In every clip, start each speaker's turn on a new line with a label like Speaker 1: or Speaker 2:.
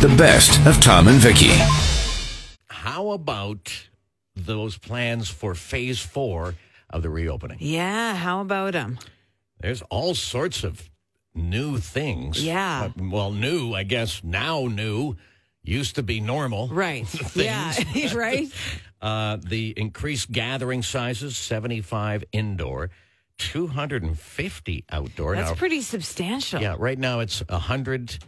Speaker 1: the best of Tom and Vicky.
Speaker 2: How about those plans for phase four of the reopening?
Speaker 3: Yeah, how about them?
Speaker 2: There's all sorts of new things.
Speaker 3: Yeah.
Speaker 2: Uh, well, new, I guess, now new, used to be normal.
Speaker 3: Right. yeah, right?
Speaker 2: Uh, the increased gathering sizes 75 indoor, 250 outdoor.
Speaker 3: That's
Speaker 2: Now,
Speaker 3: pretty substantial.
Speaker 2: yeah, right now it's 100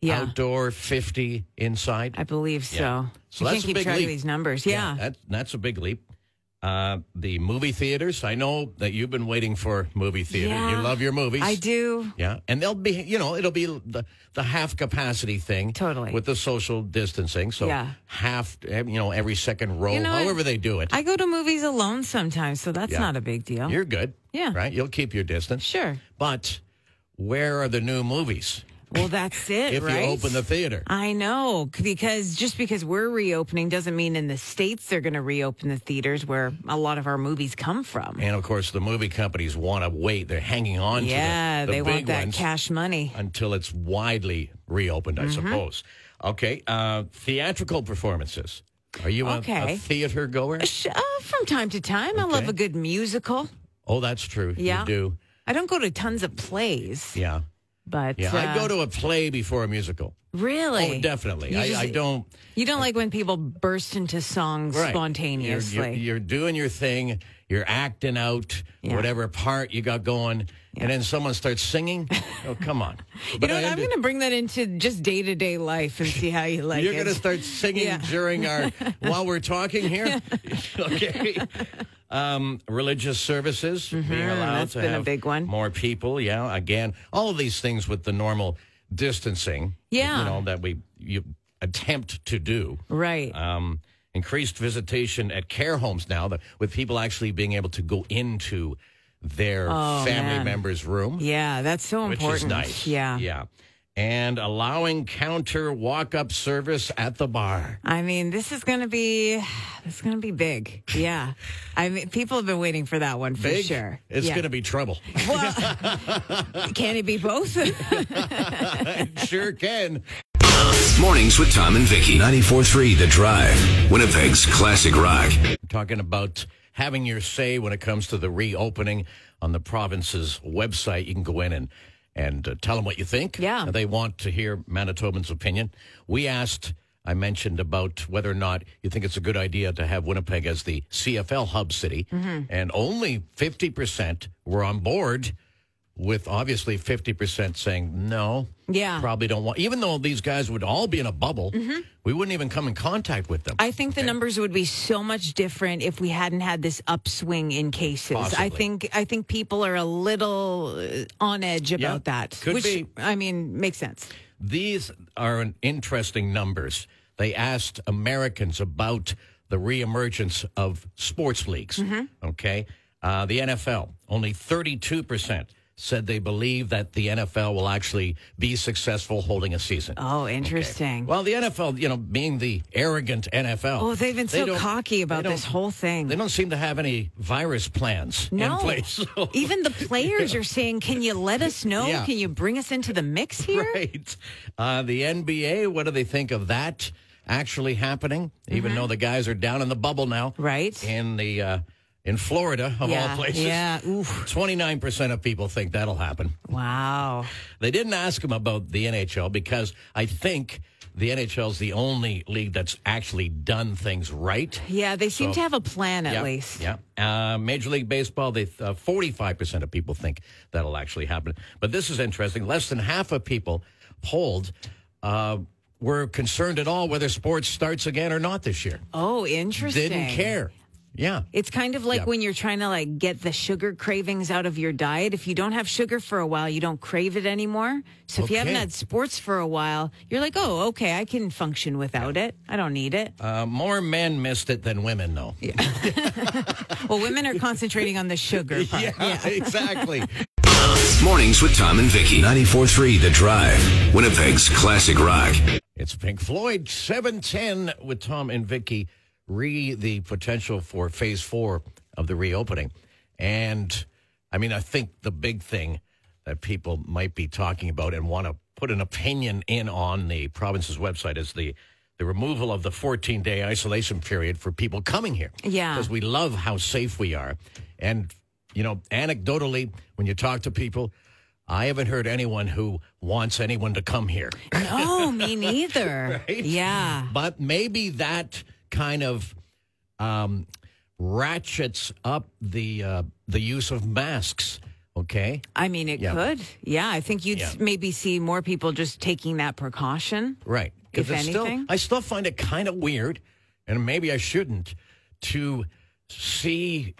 Speaker 3: Yeah.
Speaker 2: outdoor, 50 inside.
Speaker 3: I believe so.
Speaker 2: So
Speaker 3: I
Speaker 2: that's
Speaker 3: can't
Speaker 2: a
Speaker 3: keep
Speaker 2: big
Speaker 3: track
Speaker 2: leap.
Speaker 3: of these numbers. Yeah.
Speaker 2: that, that's a big leap. Uh, the movie theaters. I know that you've been waiting for movie theater. You
Speaker 3: Yeah.
Speaker 2: love your movies.
Speaker 3: I do.
Speaker 2: Yeah, and they'll be, you know, it'll be the the half capacity thing,
Speaker 3: Totally.
Speaker 2: with the social distancing. So
Speaker 3: Yeah.
Speaker 2: half, eh, you know, every second row,
Speaker 3: You know,
Speaker 2: however
Speaker 3: I-
Speaker 2: they do it,
Speaker 3: I go to movies alone sometimes, so that's
Speaker 2: Yeah.
Speaker 3: not a big deal.
Speaker 2: you're good.
Speaker 3: Yeah.
Speaker 2: right. You'll keep your distance.
Speaker 3: Sure.
Speaker 2: But where are the new movies?
Speaker 3: Well, that's it,
Speaker 2: If
Speaker 3: right?
Speaker 2: you open the theater,
Speaker 3: I know c- because just because we're reopening doesn't mean in the states they're going to reopen the theaters where a lot of our movies come from.
Speaker 2: and of course the movie companies want to wait. They're hanging on. to the,
Speaker 3: yeah,
Speaker 2: the
Speaker 3: they
Speaker 2: big
Speaker 3: want that
Speaker 2: ones.
Speaker 3: cash money.
Speaker 2: until it's widely reopened, I
Speaker 3: Mm-hmm.
Speaker 2: suppose. Okay, uh, theatrical performances. Are you a- a,
Speaker 3: Okay.
Speaker 2: theater goer?
Speaker 3: Sh- Uh, from time to time, I
Speaker 2: Okay.
Speaker 3: love a good musical.
Speaker 2: Oh, that's true.
Speaker 3: Yeah.
Speaker 2: You do.
Speaker 3: I don't go to tons of plays,
Speaker 2: Yeah.
Speaker 3: but
Speaker 2: Yeah. I
Speaker 3: uh,
Speaker 2: go to a play before a musical.
Speaker 3: really.
Speaker 2: Oh, definitely.
Speaker 3: You
Speaker 2: I,
Speaker 3: just-
Speaker 2: I don't.
Speaker 3: You don't like when people burst into songs
Speaker 2: right.
Speaker 3: spontaneously.
Speaker 2: You're, you're, you're doing your thing, you're acting out
Speaker 3: Yeah.
Speaker 2: whatever part you got going, and then someone starts singing. oh, come on.
Speaker 3: You know what? I'm going to bring that into just day to day life and see how you like
Speaker 2: You're
Speaker 3: it.
Speaker 2: going to start singing
Speaker 3: Yeah.
Speaker 2: during our while we're talking here. okay. Um, religious services being allowed
Speaker 3: Mm-hmm. that's
Speaker 2: to
Speaker 3: been a
Speaker 2: have
Speaker 3: big one.
Speaker 2: more people. Yeah, again, all of these things with the normal distancing.
Speaker 3: Yeah.
Speaker 2: you know that we you attempt to do.
Speaker 3: right.
Speaker 2: Um, increased visitation at care homes now, that, with people actually being able to go into their family
Speaker 3: Oh, man.
Speaker 2: members' room
Speaker 3: yeah, that's so
Speaker 2: which
Speaker 3: important.
Speaker 2: is nice.
Speaker 3: Yeah.
Speaker 2: yeah, and allowing counter walk-up service at the bar.
Speaker 3: I mean, this is going to be this is going to be big. Yeah. I mean, people have been waiting for that one for
Speaker 2: Big,
Speaker 3: sure.
Speaker 2: It's
Speaker 3: yeah.
Speaker 2: going to be trouble.
Speaker 3: Well, can it be both?
Speaker 2: sure can.
Speaker 1: Mornings with Tom and Vicky. 94.3 The Drive. Winnipeg's classic rock.
Speaker 2: Talking about having your say when it comes to the reopening on the province's website. You can go in and and uh, tell them what you think.
Speaker 3: Yeah.
Speaker 2: they want to hear Manitoban's opinion. We asked. I mentioned about whether or not you think it's a good idea to have Winnipeg as the CFL hub city,
Speaker 3: Mm-hmm.
Speaker 2: and only fifty percent were on board. With obviously fifty percent saying no,
Speaker 3: Yeah. Mm-hmm.
Speaker 2: probably don't want. Even though these guys would all be in a bubble, we wouldn't even come in contact with them.
Speaker 3: I think the numbers would be so much different if we hadn't had this upswing in cases.
Speaker 2: Possibly.
Speaker 3: I think I think people are a little uh, on edge about that.
Speaker 2: could
Speaker 3: which
Speaker 2: be.
Speaker 3: I mean, makes sense.
Speaker 2: These are an interesting numbers. They asked Americans about the reemergence of sports leagues.
Speaker 3: Mm-hmm.
Speaker 2: Okay. Uh, the NFL, only 32% said they believe that the NFL will actually be successful holding a season.
Speaker 3: Oh, interesting.
Speaker 2: Well, the NFL, you know, being the arrogant NFL.
Speaker 3: Oh, they've been
Speaker 2: they
Speaker 3: so
Speaker 2: don't-
Speaker 3: cocky about
Speaker 2: they
Speaker 3: this
Speaker 2: don't-
Speaker 3: whole thing.
Speaker 2: They don't seem to have any virus plans
Speaker 3: no,
Speaker 2: in place.
Speaker 3: even the players are saying, "Can you let us know?
Speaker 2: Yeah.
Speaker 3: Can you bring us into the mix here?"
Speaker 2: Right. Uh, the NBA, what do they think of that actually happening? Even though the guys are down in the bubble now.
Speaker 3: Mm-hmm. Right.
Speaker 2: In the uh, in Florida of
Speaker 3: Yeah,
Speaker 2: all places.
Speaker 3: yeah, oof.
Speaker 2: Twenty nine percent of people think that'll happen.
Speaker 3: Wow.
Speaker 2: They didn't ask him about the NHL because I think the NHL is the only league that's actually done things right.
Speaker 3: Yeah, they seem to have a plan at
Speaker 2: Yeah,
Speaker 3: least.
Speaker 2: Yeah. Uh, Major League Baseball, they uh, 45% of people think that'll actually happen. But this is interesting. Less than half of people polled uh, were concerned at all whether sports starts again or not this year.
Speaker 3: Oh, interesting.
Speaker 2: Didn't care. Yeah.
Speaker 3: It's kind of like
Speaker 2: Yeah.
Speaker 3: when you're trying to like get the sugar cravings out of your diet. If you don't have sugar for a while, you don't crave it anymore. So if you haven't
Speaker 2: Okay.
Speaker 3: had sports for a while, you're like, "Oh, okay, I can function without it. I don't need it."
Speaker 2: Uh, more men missed it than women, though. Yeah,
Speaker 3: well, women are concentrating on the sugar part.
Speaker 2: exactly.
Speaker 1: Mornings with Tom and Vicky. 94.3 The Drive. Winnipeg's classic rock.
Speaker 2: It's Pink Floyd 710 with Tom and Vicky re the potential for phase 4 of the reopening. And I mean I think the big thing that people might be talking about and want to put an opinion in on the province's website as the the removal of the 14 day isolation period for people coming here.
Speaker 3: Yeah.
Speaker 2: Because we love how safe we are. And, you know, anecdotally, when you talk to people, I haven't heard anyone who wants anyone to come here.
Speaker 3: No, Oh, me neither. Yeah.
Speaker 2: But maybe that kind of um, ratchets up the uh, the use of masks. Okay,
Speaker 3: I mean, it
Speaker 2: Yeah.
Speaker 3: could. Yeah, I think you'd
Speaker 2: Yeah.
Speaker 3: maybe see more people just taking that precaution.
Speaker 2: right? Because
Speaker 3: If
Speaker 2: it's still,
Speaker 3: anything.
Speaker 2: I still find it kind of weird, and maybe I shouldn't, to see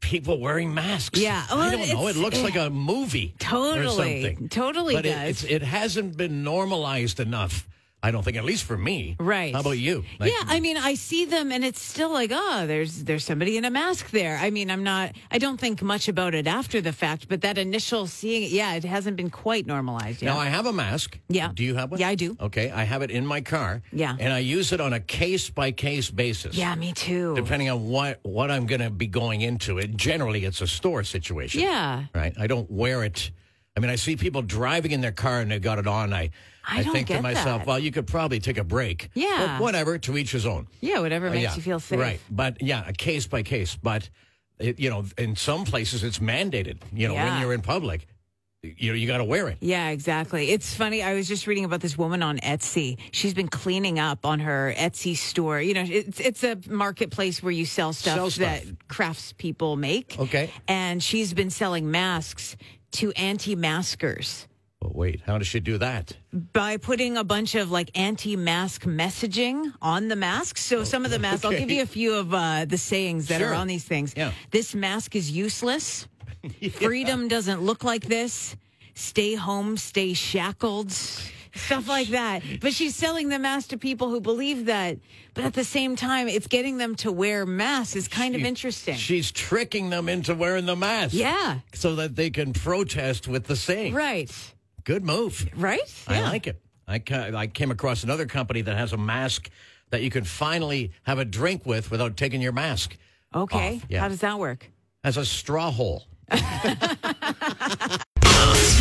Speaker 2: people wearing masks.
Speaker 3: Yeah,
Speaker 2: I
Speaker 3: well,
Speaker 2: don't know. It
Speaker 3: it's-
Speaker 2: looks like a movie, or
Speaker 3: Totally.
Speaker 2: something.
Speaker 3: Totally
Speaker 2: but it-
Speaker 3: does.
Speaker 2: it's- It, hasn't been normalized enough. I don't think, at least for me.
Speaker 3: Right.
Speaker 2: How about you? Like,
Speaker 3: yeah, I mean, I see them, and it's still like, oh, there's there's somebody in a mask there. I mean, I'm not, I don't think much about it after the fact, but that initial seeing it, yeah, it hasn't been quite normalized yet.
Speaker 2: Now I have a mask.
Speaker 3: Yeah.
Speaker 2: Do you have one?
Speaker 3: Yeah, I do.
Speaker 2: Okay, I have it in my car.
Speaker 3: Yeah.
Speaker 2: And I use it on a case by case basis.
Speaker 3: yeah, me too.
Speaker 2: Depending on what what I'm going to be going into, it generally it's a store situation.
Speaker 3: Yeah.
Speaker 2: Right. I don't wear it. I mean, I see people driving in their car and they got it on. I
Speaker 3: I don't
Speaker 2: think to
Speaker 3: get
Speaker 2: myself,
Speaker 3: that.
Speaker 2: well, you could probably take a break.
Speaker 3: Yeah.
Speaker 2: But whatever, to each his own.
Speaker 3: Yeah, whatever makes you feel safe.
Speaker 2: Uh, Right. But yeah, a case by case. But, it, you know, in some places it's mandated. You know, when
Speaker 3: Yeah.
Speaker 2: you're in public, you know, you got to wear it.
Speaker 3: Yeah, exactly. It's funny. I was just reading about this woman on Etsy. She's been cleaning up on her Etsy store. You know, it's it's a marketplace where you sell stuff,
Speaker 2: Sell stuff.
Speaker 3: that crafts people make.
Speaker 2: Okay.
Speaker 3: And she's been selling masks to anti-maskers
Speaker 2: Well, wait, how does she do that?
Speaker 3: by putting a bunch of like anti-mask messaging on the masks. So some of the masks,
Speaker 2: Oh, okay.
Speaker 3: I'll give you a few of uh, the sayings that
Speaker 2: Sure.
Speaker 3: are on these things.
Speaker 2: Yeah.
Speaker 3: This mask is useless. Freedom doesn't look like this. Stay home, stay shackled. Stuff like that. But she's selling the mask to people who believe that. But at the same time, it's getting them to wear masks is kind of interesting.
Speaker 2: She's tricking them into wearing the mask.
Speaker 3: Yeah.
Speaker 2: So that they can protest with the saying.
Speaker 3: right.
Speaker 2: Good move.
Speaker 3: Right?
Speaker 2: I like it. I, ca- I came across another company that has a mask that you can finally have a drink with without taking your mask.
Speaker 3: Okay.
Speaker 2: Off, yeah.
Speaker 3: How does that work?
Speaker 2: As a straw hole.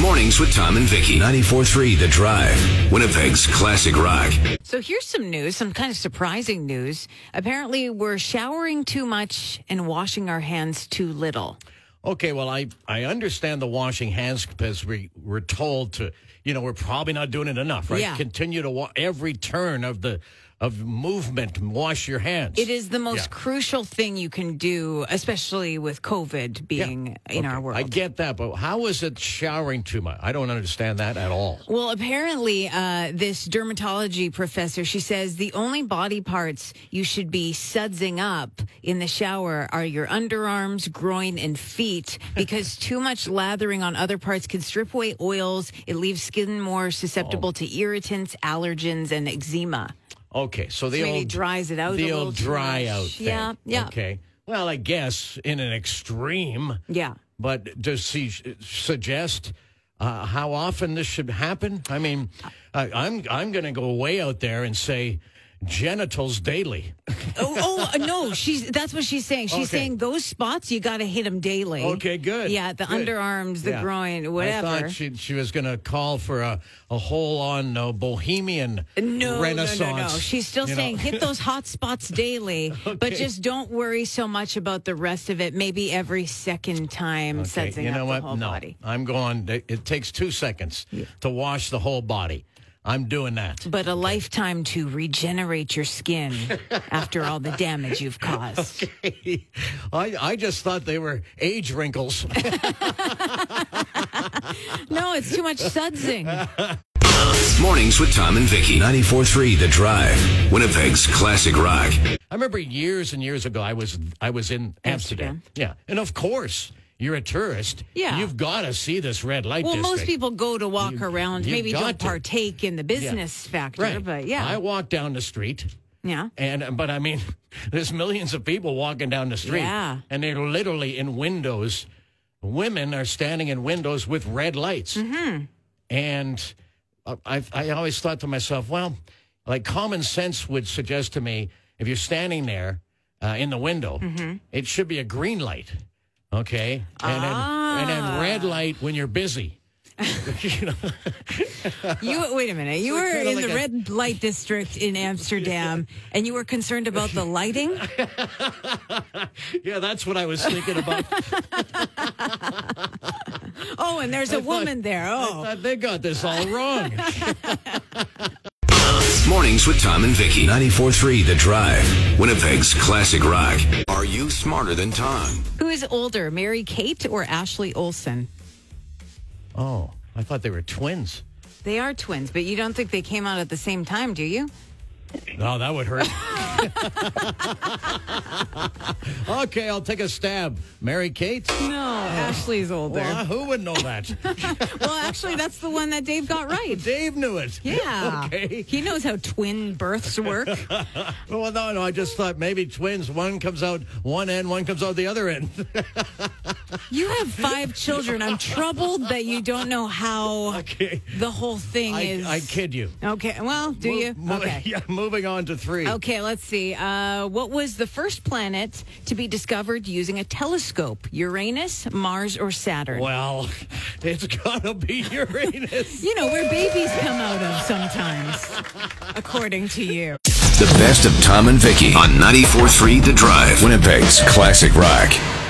Speaker 1: Mornings with Tom and Vicky. 94.3 The Drive. Winnipeg's classic rock.
Speaker 3: So here's some news, some kind of surprising news. Apparently, we're showering too much and washing our hands too little.
Speaker 2: Okay, well, I, I understand the washing hands because we, we're told to, you know, we're probably not doing it enough, right?
Speaker 3: Yeah.
Speaker 2: Continue to wa- every turn of the of movement, wash your hands.
Speaker 3: It is the most
Speaker 2: Yeah.
Speaker 3: crucial thing you can do, especially with COVID being in our world.
Speaker 2: I get that, but how is it showering too much? I don't understand that at all.
Speaker 3: Well, apparently, uh, this dermatology professor she says the only body parts you should be sudsing up in the shower are your underarms, groin, and feet because too much lathering on other parts can strip away oils. It leaves skin more susceptible
Speaker 2: Oh.
Speaker 3: to irritants, allergens, and eczema.
Speaker 2: Okay, so the
Speaker 3: So maybe
Speaker 2: old
Speaker 3: dries it out a
Speaker 2: the
Speaker 3: little
Speaker 2: old
Speaker 3: too
Speaker 2: dry
Speaker 3: much.
Speaker 2: out thing.
Speaker 3: Yeah, yeah.
Speaker 2: Okay. Well, I guess in an extreme.
Speaker 3: Yeah.
Speaker 2: But does she sh- suggest uh, how often this should happen? I mean, I, I'm I'm going to go way out there and say genitals daily.
Speaker 3: oh, oh no, she's that's what she's saying. She's
Speaker 2: Okay.
Speaker 3: saying those spots you got to hit them daily.
Speaker 2: Okay, good.
Speaker 3: Yeah, the
Speaker 2: good.
Speaker 3: underarms, the
Speaker 2: Yeah.
Speaker 3: groin, whatever.
Speaker 2: I thought she, she was going to call for a, a whole on uh, bohemian
Speaker 3: No,
Speaker 2: renaissance.
Speaker 3: no, no, no. She's still
Speaker 2: you know.
Speaker 3: saying hit those hot spots daily, but
Speaker 2: Okay.
Speaker 3: just don't worry so much about the rest of it. Maybe every second time
Speaker 2: Okay,
Speaker 3: sensing
Speaker 2: you know
Speaker 3: up
Speaker 2: what?
Speaker 3: the whole
Speaker 2: no,
Speaker 3: body.
Speaker 2: I'm going. It takes two seconds to wash the whole body. I'm doing that.
Speaker 3: But a lifetime to regenerate your skin after all the damage you've caused.
Speaker 2: I I just thought they were age wrinkles.
Speaker 3: No, it's too much sudsing.
Speaker 1: Mornings with Tom and Vicky. 94.3 The Drive. Winnipeg's classic rock.
Speaker 2: I remember years and years ago, I was I was in Amsterdam.
Speaker 3: Amsterdam.
Speaker 2: Yeah, and of course you're a tourist.
Speaker 3: Yeah.
Speaker 2: you've got to see this red light
Speaker 3: Well,
Speaker 2: district.
Speaker 3: most people go to walk around,
Speaker 2: you
Speaker 3: maybe
Speaker 2: got
Speaker 3: don't
Speaker 2: to.
Speaker 3: partake in the business factor,
Speaker 2: right?
Speaker 3: but yeah.
Speaker 2: I walk down the street.
Speaker 3: yeah.
Speaker 2: And but I mean, there's millions of people walking down the street,
Speaker 3: Yeah.
Speaker 2: and they're literally in windows. Women are standing in windows with red lights,
Speaker 3: Mm-hmm.
Speaker 2: and I, I- I always thought to myself, well, like common sense would suggest to me, if you're standing there uh, in the window,
Speaker 3: Mm-hmm.
Speaker 2: it
Speaker 3: Ah.
Speaker 2: should be a green light, okay, and then, and then red light when you're busy. you know,
Speaker 3: You wait a minute. You
Speaker 2: like
Speaker 3: were
Speaker 2: kinda
Speaker 3: in
Speaker 2: like
Speaker 3: the
Speaker 2: a-
Speaker 3: red light district in Amsterdam, and you were concerned about the lighting.
Speaker 2: yeah, that's what I was thinking about.
Speaker 3: Oh, and there's a woman there. Oh,
Speaker 2: Uh, they got this all wrong.
Speaker 1: Mornings with Tom and Vicky. 94.3 The Drive. Winnipeg's classic rock. Are you smarter than Tom?
Speaker 3: who is older, Mary Kate or Ashley Olsen?
Speaker 2: oh, I thought they were twins.
Speaker 3: They are twins, but you don't think they came out at the same time, do you?
Speaker 2: No, Oh, that would hurt. okay, I'll take a stab. Mary Kate?
Speaker 3: No, Ashley's older.
Speaker 2: Well, who would know that?
Speaker 3: well, actually, that's the one that Dave got right.
Speaker 2: Dave knew it.
Speaker 3: Yeah.
Speaker 2: Okay.
Speaker 3: He knows how twin births work.
Speaker 2: Well, no, no, I just thought maybe twins. One comes out one end, one comes out the other end.
Speaker 3: you have five children. I'm troubled that you don't know how
Speaker 2: Okay.
Speaker 3: the whole thing
Speaker 2: I,
Speaker 3: is.
Speaker 2: I kid you.
Speaker 3: Okay. Well, do
Speaker 2: Mo-
Speaker 3: you?
Speaker 2: mo-
Speaker 3: okay.
Speaker 2: Yeah, moving on to three.
Speaker 3: Okay, let's see. Uh, what was the first planet to be discovered using a telescope? Uranus, Mars, or Saturn?
Speaker 2: Well, it's gotta be Uranus.
Speaker 3: You know, where babies come out of sometimes, according to you.
Speaker 1: The best of Tom and Vicky on 94.3 The Drive. Winnipeg's classic rock.